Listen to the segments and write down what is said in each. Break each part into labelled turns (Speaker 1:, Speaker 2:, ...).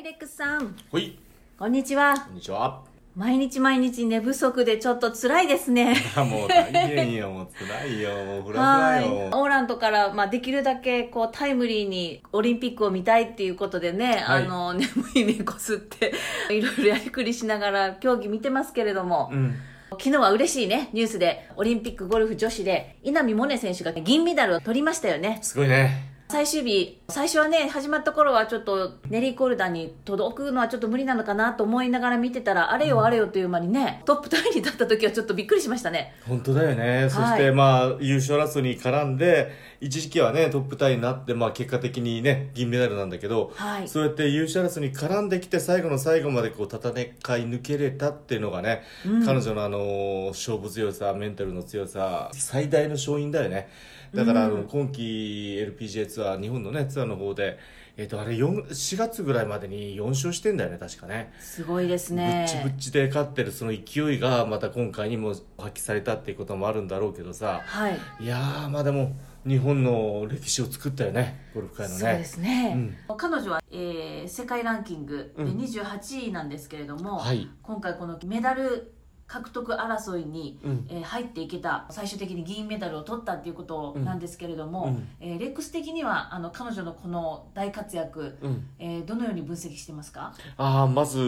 Speaker 1: イレックスさん、
Speaker 2: ほい、
Speaker 1: こんにちは。
Speaker 2: こんにちは。
Speaker 1: 毎日毎日寝不足でちょっと辛いです ね。
Speaker 2: あもう大変よ、もう辛いよ、もうフラ
Speaker 1: は
Speaker 2: フラ
Speaker 1: い。
Speaker 2: よ。
Speaker 1: オーランドから、まあ、できるだけ、こう、タイムリーにオリンピックを見たいっていうことでね、
Speaker 2: はい
Speaker 1: あの、 眠い目こすって、 いろいろやりくりしながら競技見てますけれども、
Speaker 2: うん。
Speaker 1: 昨日は嬉しいね、ニュースで、オリンピックゴルフ女子で、稲見萌寧選手が銀メダルを取りましたよね。
Speaker 2: すごいね。
Speaker 1: 最終日最初はね始まった頃はちょっとネリー・コルダに届くのはちょっと無理なのかなと思いながら見てたらあれよあれよという間にねトップタイに立った時はちょっとびっくりしましたね
Speaker 2: 本当だよね。そし
Speaker 1: は
Speaker 2: て、
Speaker 1: い
Speaker 2: まあ、優勝争いに絡んで、一時期はね、トップタイになって、まあ、結果的にね、銀メダルなんだけど、
Speaker 1: はい
Speaker 2: そうやって優勝争いに絡んできて、最後の最後までこう、戦い抜けれたっていうのがね、彼女のあのー、勝負強さ、メンタルの強さ、最大の勝因だよね。だから、あの、今季 LPGA ツアー、日本のね、ツアーの方で、えっ、と、あれ、四4月ぐらいまでに4勝してんだよね、確かね。
Speaker 1: すごいです
Speaker 2: ぶっちぶ
Speaker 1: ね
Speaker 2: っちで勝ってるその勢いがまた今回にも発揮されたっていうこともあるんだろうけどさ
Speaker 1: はい、
Speaker 2: いやーまあでも日本の歴史を作ったよねゴルフ界の
Speaker 1: そうで
Speaker 2: ね
Speaker 1: すね、彼女は、えー世界ランキングで
Speaker 2: うん
Speaker 1: 28位なんですけれども、
Speaker 2: はい
Speaker 1: 今回このメダル獲得争いに、
Speaker 2: うん
Speaker 1: えー入っていけた最終的に銀メダルを取ったっていうことなんですけれども、
Speaker 2: うんうん
Speaker 1: えーレックス的にはあの彼女のこの大活躍、
Speaker 2: うん、
Speaker 1: えーどのように分析してますか
Speaker 2: ああまず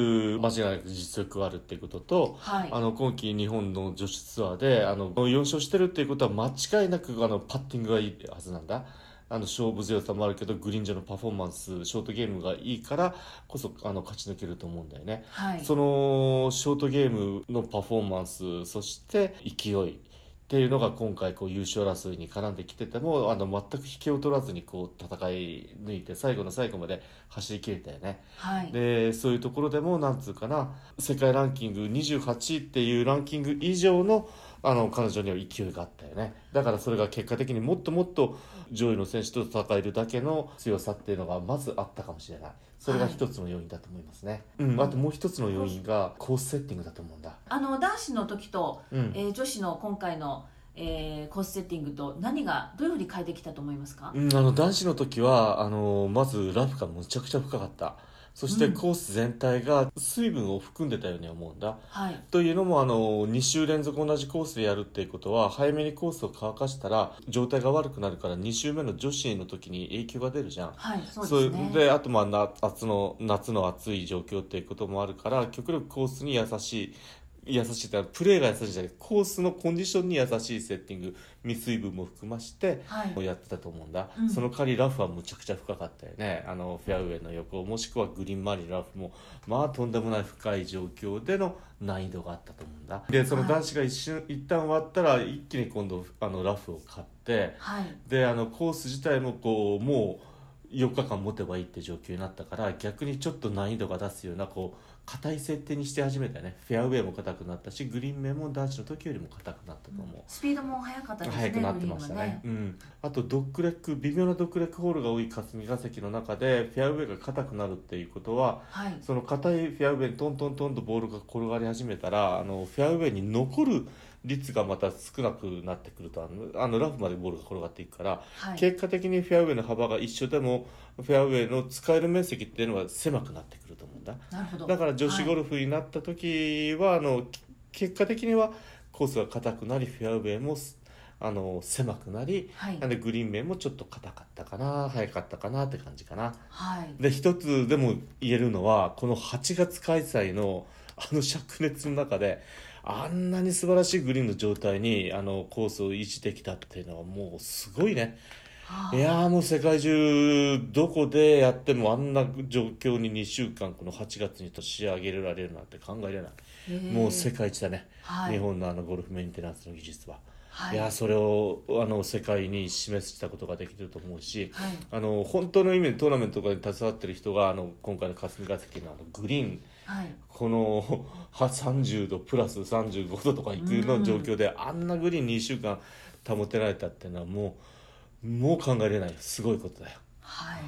Speaker 2: 間違いなく実力はあるってことと、
Speaker 1: はい
Speaker 2: あの今季日本の女子ツアーであの4勝してるっていうことは間違いなくあのパッティングがいいはずなんだあの勝負強さもあるけどグリーン上のパフォーマンスショートゲームがいいからこそあの勝ち抜けると思うんだよね。
Speaker 1: はい
Speaker 2: そのショートゲームのパフォーマンスそして勢いっていうのが今回こう優勝争いに絡んできててもあの全く引けを取らずにこう戦い抜いて最後の最後まで走り切れたよね。
Speaker 1: はい
Speaker 2: でそういうところでもなんつうかな世界ランキング28位っていうランキング以上のあの彼女には勢いがあったよねだからそれが結果的にもっともっと上位の選手と戦えるだけの強さっていうのがまずあったかもしれないそれが一つの要因だと思いますね、うん、あともう一つの要因がコースセッティングだと思うんだ、
Speaker 1: あの男子の時と、
Speaker 2: うん
Speaker 1: えー女子の今回の、えーコースセッティングと何がどういうふうに変えてきたと思いますか、
Speaker 2: うん、あの男子の時はあのまずラフがむちゃくちゃ深かったそしてコース全体が水分を含んでたように思うんだ、
Speaker 1: はい
Speaker 2: というのもあの2週連続同じコースでやるっていうことは早めにコースを乾かしたら状態が悪くなるから2週目の女子の時に影響が出るじゃん。
Speaker 1: はいそうですね
Speaker 2: それであとまあな夏の夏の暑い状況っていうこともあるから極力コースに優しい優しいってのはプレーが優しいじゃなくてコースのコンディションに優しいセッティング未水分も含まして
Speaker 1: はい
Speaker 2: やってたと思うんだ、
Speaker 1: うん
Speaker 2: その代わりラフはむちゃくちゃ深かったよねあのフェアウェイの横もしくはグリーン周りのラフもまあとんでもない深い状況での難易度があったと思うんだでその男子が一瞬一旦終わったら一気に今度あのラフを買って
Speaker 1: はい
Speaker 2: であのコース自体もこうもう4日間持てばいいって状況になったから逆にちょっと難易度が出すようなこう硬い設定にして始めたよねフェアウェイも硬くなったしグリーン面も男子の時よりも硬くなったと思う、
Speaker 1: スピードも速かったですね
Speaker 2: 速くなってましたね
Speaker 1: グリーンは
Speaker 2: うん、あとドッグレック微妙なドッグレックホールが多い霞ヶ関の中でフェアウェイが硬くなるっていうことは
Speaker 1: はい
Speaker 2: その硬いフェアウェイにトントントンとボールが転がり始めたらあのフェアウェイに残る率がまた少なくなってくるとあのあのラフまでボールが転がっていくから、
Speaker 1: はい
Speaker 2: 結果的にフェアウェイの幅が一緒でもフェアウェイの使える面積っていうのは狭くなってくると思うんだ。
Speaker 1: なるほど
Speaker 2: だから女子ゴ
Speaker 1: ル
Speaker 2: ルフになった時は、あのき結果的にはコースが硬くなりフェアウェイもすあの狭くなり
Speaker 1: はい、は
Speaker 2: なん
Speaker 1: い
Speaker 2: でグリーン面もちょっと硬かったかな速かったかなって感じかな
Speaker 1: はい
Speaker 2: で一つでも言えるのはこの8月開催のあの灼熱の中であんなに素晴らしいグリーンの状態にあのコースを維持できたっていうのはもうすごいね
Speaker 1: あー
Speaker 2: いやーもう世界中どこでやってもあんな状況に2週間この8月にと仕上げられるなんて考えられない、
Speaker 1: へー
Speaker 2: もう世界一だね、
Speaker 1: はい
Speaker 2: 日本のあのゴルフメンテナンスの技術は、、
Speaker 1: はいい
Speaker 2: やーそれをあの世界に示したことができてると思うし、
Speaker 1: はい
Speaker 2: あの本当の意味でトーナメントとかに携わってる人があの今回の霞ヶ関のあのグリーン
Speaker 1: はい
Speaker 2: この は30度プラス35度とかいくの状況で、あんなグリーン2週間保てられたっていうのはもうもう考えれないすごいことだよ
Speaker 1: はい、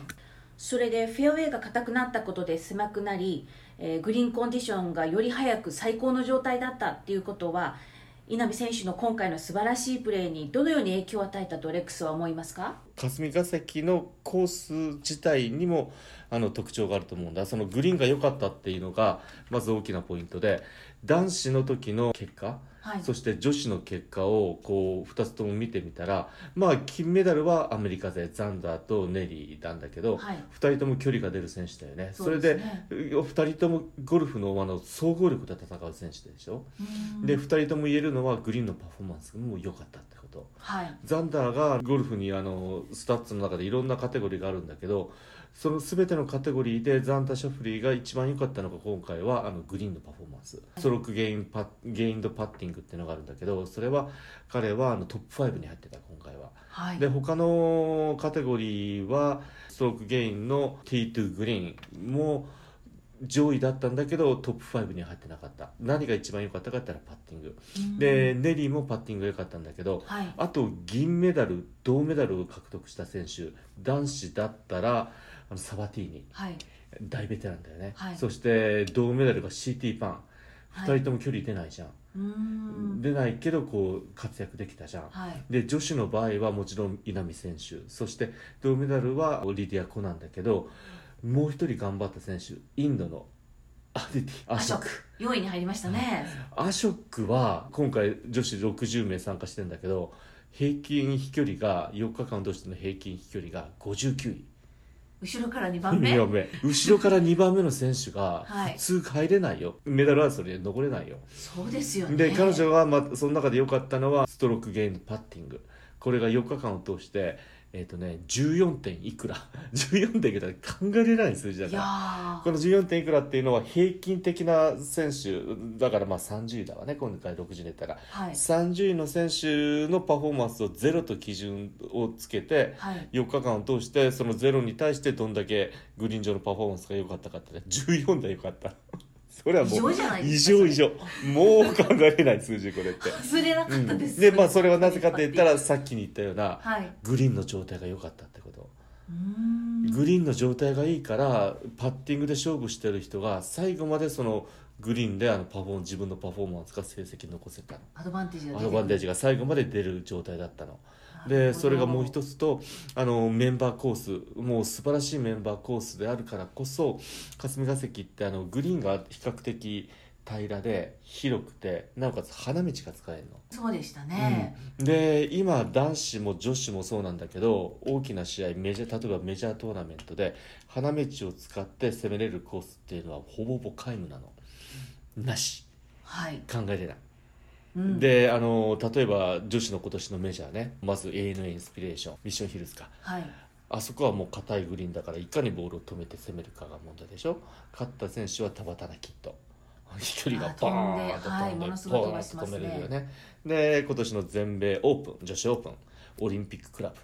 Speaker 1: それでフェアウェイが硬くなったことで狭くなり、えーグリーンコンディションがより早く最高の状態だったっていうことは、稲見選手の今回の素晴らしいプレーにどのように影響を与えたとレックスは思いますか
Speaker 2: 霞ヶ関のコース自体にもあの特徴があると思うんだそのグリーンが良かったっていうのがまず大きなポイントで男子の時の結果
Speaker 1: はい
Speaker 2: そして女子の結果をこう2つとも見てみたらまあ金メダルはアメリカ勢ザンダーとネリーなんだけど、
Speaker 1: はい
Speaker 2: 2人とも距離が出る選手だよねそ
Speaker 1: そうですね
Speaker 2: れで2人ともゴルフのあの総合力で戦う選手でしょ、
Speaker 1: うん
Speaker 2: で2人とも言えるのはグリーンのパフォーマンスも良かったってこと
Speaker 1: はい
Speaker 2: ザンダーがゴルフにあのスタッツの中でいろんなカテゴリーがあるんだけどその全てのカテゴリーでザンダー・シャフリーが一番良かったのが今回はあのグリーンのパフォーマンスストロークゲインパゲインドパッティングっていうのがあるんだけどそれは彼はあのトップ5に入ってた今回は
Speaker 1: はい
Speaker 2: で他のカテゴリーはストロークゲインの T2 グリーンも上位だったんだけどトップ5には入ってなかった何が一番良かったかって言ったらパッティングでネリーもパッティングが良かったんだけど
Speaker 1: はい
Speaker 2: あと銀メダル銅メダルを獲得した選手男子だったらあのサバティーニ
Speaker 1: はい
Speaker 2: 大ベテランだよね、
Speaker 1: はい
Speaker 2: そして銅メダルが CT パン
Speaker 1: はい
Speaker 2: 2人とも距離出ないじゃん、
Speaker 1: うーん
Speaker 2: 出ないけどこう活躍できたじゃん、
Speaker 1: はい
Speaker 2: で女子の場合はもちろん稲見選手そして銅メダルはリディア・コなんだけどもう一人頑張った選手インドのアディティアショク
Speaker 1: 4位に入りましたね
Speaker 2: アショックは今回女子60名参加してんだけど平均飛距離が4日間通しての平均飛距離が59位
Speaker 1: 後ろから2番目
Speaker 2: 2番目後ろから2番目の選手が
Speaker 1: はい
Speaker 2: 普通入れないよ、メダル争いで残れないよ
Speaker 1: そうですよね
Speaker 2: で彼女は、まあ、その中で良かったのはストロークゲインパッティングこれが4日間を通してえっ、とね14点いくら 14点いくら考えられない数字だ
Speaker 1: い
Speaker 2: か
Speaker 1: や
Speaker 2: ら
Speaker 1: ー
Speaker 2: この14点いくらっていうのは平均的な選手だからまあ30位だわね今回60位だったら、
Speaker 1: はい
Speaker 2: 30位の選手のパフォーマンスをゼロと基準をつけて
Speaker 1: はい
Speaker 2: 4日間を通してそのゼロに対してどんだけグリーン上のパフォーマンスが良かったかってね14で良かった それはもう
Speaker 1: 異常じゃない
Speaker 2: 異
Speaker 1: ですか
Speaker 2: 常異常もう考えれない数字これって、
Speaker 1: 忘れな
Speaker 2: う
Speaker 1: かった
Speaker 2: ん、
Speaker 1: です
Speaker 2: でまあそれはなぜかと言ったらさっきに言ったような
Speaker 1: はいう
Speaker 2: グリーンの状態が良かったってこと
Speaker 1: ーん
Speaker 2: グリーンの状態がいいからパッティングで勝負してる人が最後までそのグリーンであのパフォー自分のパフォーマンスが成績残せた
Speaker 1: アドバンテージが
Speaker 2: ア
Speaker 1: 出て
Speaker 2: ド
Speaker 1: くる
Speaker 2: バンテージが最後まで出る状態だったの
Speaker 1: な
Speaker 2: で
Speaker 1: るほど
Speaker 2: それがもう一つとあのメンバーコースもう素晴らしいメンバーコースであるからこそ霞が関ってあのグリーンが比較的平らで広くてなおかつ花道が使えるの。
Speaker 1: そうでしたね、
Speaker 2: うんで今男子も女子もそうなんだけど大きな試合メジャー例えばメジャートーナメントで花道を使って攻めれるコースっていうのはほぼほぼ皆無なのなし
Speaker 1: はい、
Speaker 2: 考えれない、
Speaker 1: うん、
Speaker 2: であの例えば女子の今年のメジャーねまず ANA インスピレーションミッションヒルズか
Speaker 1: はい
Speaker 2: あそこはもう硬いグリーンだからいかにボールを止めて攻めるかが問題でしょ勝った選手は田畑キット 飛距離がバーンと
Speaker 1: あー飛んではい
Speaker 2: 飛ん
Speaker 1: も
Speaker 2: で
Speaker 1: のすごい
Speaker 2: ポ
Speaker 1: 飛
Speaker 2: ー
Speaker 1: ば
Speaker 2: ン
Speaker 1: して
Speaker 2: と
Speaker 1: ま
Speaker 2: 止
Speaker 1: す
Speaker 2: め
Speaker 1: ね
Speaker 2: れるよねで今年の全米オープン女子オープンオリンピッククラブ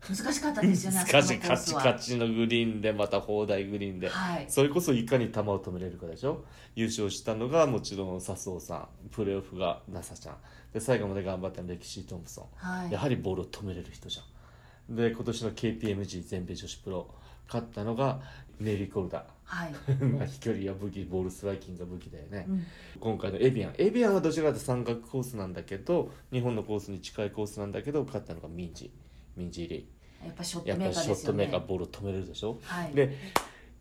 Speaker 1: 難しかったですよ ね
Speaker 2: カチカチカ
Speaker 1: チ
Speaker 2: チのグリーンでまた砲台グリーンで、
Speaker 1: はい
Speaker 2: それこそいかに球を止めれるかでしょ優勝したのがもちろん笹生さんプレーオフがナサちゃんで最後まで頑張ったのレキシー・トンプソン
Speaker 1: はい
Speaker 2: やはりボールを止めれる人じゃんで今年の KPMG 全米女子プロ勝ったのがネイリー・コルダ
Speaker 1: はい、
Speaker 2: まあ飛距離が武器ボールストライキングが武器だよね、
Speaker 1: うん
Speaker 2: 今回のエビアンエビアンはどちらかというと三角コースなんだけど日本のコースに近いコースなんだけど勝ったのがミンジミンジリ
Speaker 1: やっぱショッ
Speaker 2: ーや
Speaker 1: ト
Speaker 2: っ
Speaker 1: メー
Speaker 2: ぱり
Speaker 1: カー
Speaker 2: シ
Speaker 1: で
Speaker 2: ョッ
Speaker 1: す
Speaker 2: ト
Speaker 1: よ
Speaker 2: メ
Speaker 1: ね
Speaker 2: ーカーボールを止めれるでしょ
Speaker 1: はい
Speaker 2: で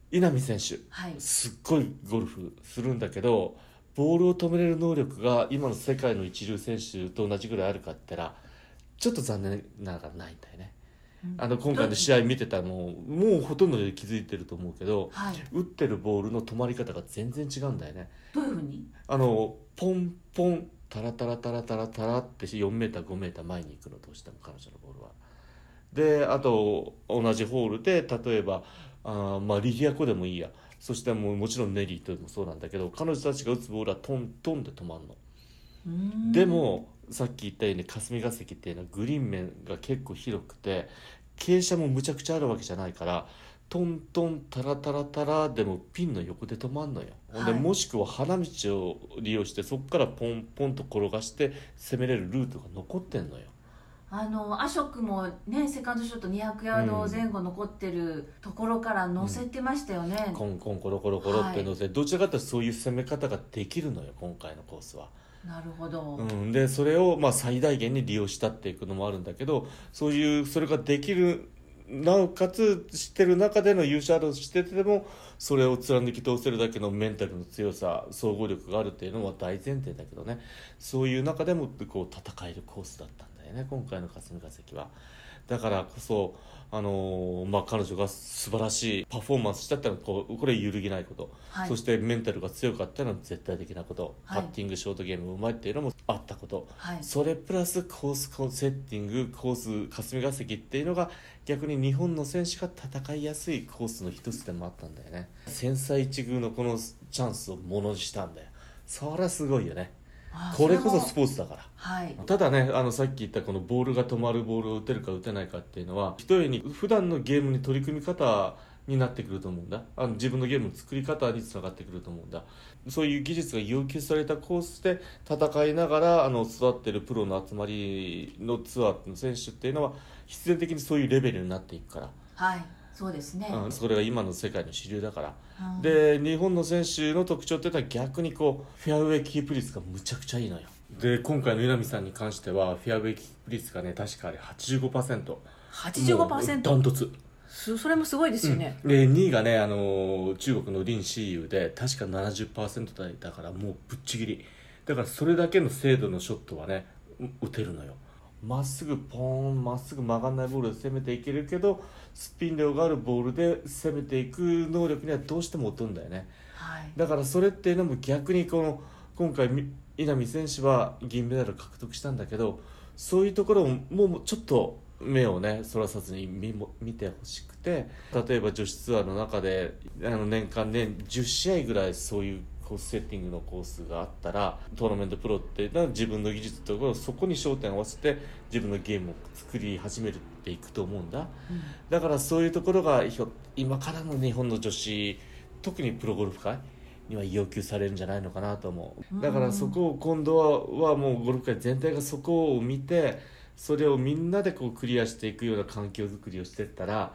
Speaker 2: 稲見選手
Speaker 1: はい
Speaker 2: すっごいゴルフするんだけどボールを止めれる能力が今の世界の一流選手と同じぐらいあるかって言ったらちょっと残念ながらないんだよね
Speaker 1: うん
Speaker 2: あの今回の試合見てたのももうほとんどで気づいてると思うけど
Speaker 1: はい
Speaker 2: 打ってるボールの止まり方が全然違うんだよね
Speaker 1: どういうふうに
Speaker 2: あのポンポンタラタラタラタラタラって4メーター5メーター前に行くのどうしても彼女のボールは。であと同じホールで例えばあーまあリディアコでもいいやそしてもうもちろんネリーともそうなんだけど彼女たちが打つボールはトントンで止まるの。
Speaker 1: うーん
Speaker 2: でもさっき言ったように霞が関っていうのはグリーン面が結構広くて傾斜もむちゃくちゃあるわけじゃないからトントンタラタラタラでもピンの横で止まんのよ、ほんで
Speaker 1: はい
Speaker 2: もしくは花道を利用してそこからポンポンと転がして攻めれるルートが残ってんのよ
Speaker 1: あのアショックもねセカンドショット200ヤード前後残ってるところから乗せてましたよね、
Speaker 2: コンコンコロコロコロっていうので、どちらかというとそういう攻め方ができるのよ今回のコースは
Speaker 1: なるほど、
Speaker 2: うん、でそれをまあ最大限に利用したっていうのもあるんだけどそういうそれができるなおかつしてる中での優勝争いしててもそれを貫き通せるだけのメンタルの強さ総合力があるっていうのは大前提だけどねそういう中でもこう戦えるコースだったんだよね今回の霞が関は。だからこそ、あのーまあ、彼女が素晴らしいパフォーマンスしたってのはこうこれは揺るぎないこと、
Speaker 1: はい
Speaker 2: そしてメンタルが強かったのは絶対的なこと、
Speaker 1: はい
Speaker 2: パッティングショートゲームうまいっていうのもあったこと、
Speaker 1: はい
Speaker 2: それプラスコースコンセッティングコース霞が関っていうのが逆に日本の選手が戦いやすいコースの一つでもあったんだよね繊細一遇のこのチャンスをものにしたんだよそりゃすごいよね
Speaker 1: あ
Speaker 2: これこそ
Speaker 1: は
Speaker 2: スポーツだから
Speaker 1: はい
Speaker 2: ただねあのさっき言ったこのボールが止まるボールを打てるか打てないかっていうのはひとえに普段のゲームに取り組み方になってくると思うんだあの自分のゲームの作り方につながってくると思うんだそういう技術が要求されたコースで戦いながらあの育ってるプロの集まりのツアーの選手っていうのは必然的にそういうレベルになっていくか
Speaker 1: はいそうですね、
Speaker 2: ら、うん、それが今の世界の主流だから
Speaker 1: うん
Speaker 2: で日本の選手の特徴っていうのは逆にこうフェアウェイキープ率がむちゃくちゃいいのよで今回の稲見さんに関してはフェアウェイキープ率がね確かあれ85%
Speaker 1: 85%?
Speaker 2: ダントツ
Speaker 1: そそれもすごいですよね、
Speaker 2: で2位がね、あのー中国の林志雄で確か70%台だからもうぶっちぎりだからそれだけの精度のショットはねう打てるのよまっすぐポーンまっすぐ曲がらないボールで攻めていけるけどスピン量があるボールで攻めていく能力にはどうしても劣るんだよね
Speaker 1: はい
Speaker 2: だからそれっていうのも逆にこの今回み稲見選手は銀メダルを獲得したんだけどそういうところをもうもうちょっと目をねそらさずに見も見てほしくて例えば女子ツアーの中であの年間ね10試合ぐらいそういうコースセッティングのコースがあったらトーナメントプロっていうのは自分の技術ところそこに焦点を合わせて自分のゲームを作り始めるっていくと思うんだ。
Speaker 1: うん
Speaker 2: だからそういうところがひょ今からの日本の女子特にプロゴルフ界には要求されるんじゃないのかなと思
Speaker 1: うん
Speaker 2: うだからそこを今度ははもうゴルフ界全体がそこを見てそれをみんなでこうクリアしていくような環境づくりをしてったら、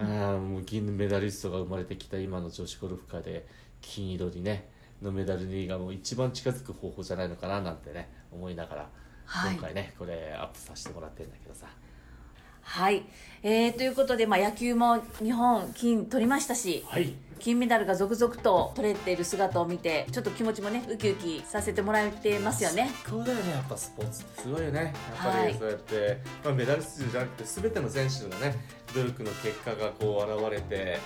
Speaker 1: うん
Speaker 2: あーもう銀メダリストが生まれてきた今の女子ゴルフ界で金色にねのメダルにがもう一番近づく方法じゃないのかななんてね思いながら、
Speaker 1: はい
Speaker 2: 今回ねこれアップさせてもらってるんだけどさ。
Speaker 1: はい、えーということで、まあ、野球も日本金取りましたし
Speaker 2: はい
Speaker 1: 金メダルが続々と取れている姿を見てちょっと気持ちもねウキウキさせてもらってますよね
Speaker 2: 最高だよねやっぱスポーツってすごいよねやっぱ
Speaker 1: は
Speaker 2: り
Speaker 1: い
Speaker 2: そうやって、まあ、メダル数じゃなくて全ての選手のね努力の結果がこう現れて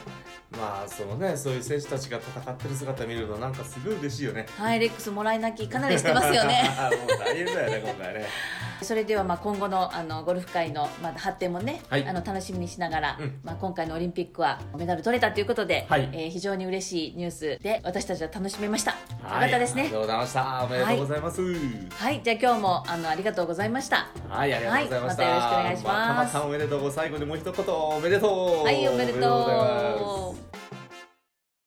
Speaker 2: まあそのねそういう選手たちが戦ってる姿見るのなんかすごい嬉しいよね
Speaker 1: はいレックスもらい泣きかなりしてますよね
Speaker 2: もう大変だよね今 回ね
Speaker 1: それではまあ今後のあのゴルフ界のまた発展もね、
Speaker 2: はい
Speaker 1: あの楽しみにしながら、
Speaker 2: うん
Speaker 1: まあ、今回のオリンピックはメダル取れたということで、
Speaker 2: はい
Speaker 1: えー非常に嬉しいニュースで私たちは楽しめました、良
Speaker 2: はい
Speaker 1: かったです
Speaker 2: あり
Speaker 1: ね
Speaker 2: がとうございましたおめでとうございますはい、
Speaker 1: はいじゃあ今日もあのありがとうございました
Speaker 2: ありがとうございました、
Speaker 1: はいまたよろしくお願いします
Speaker 2: あ、たまさんおめでとう最後にもう一言おめでとう
Speaker 1: はいおめでとう
Speaker 2: おめでとうございます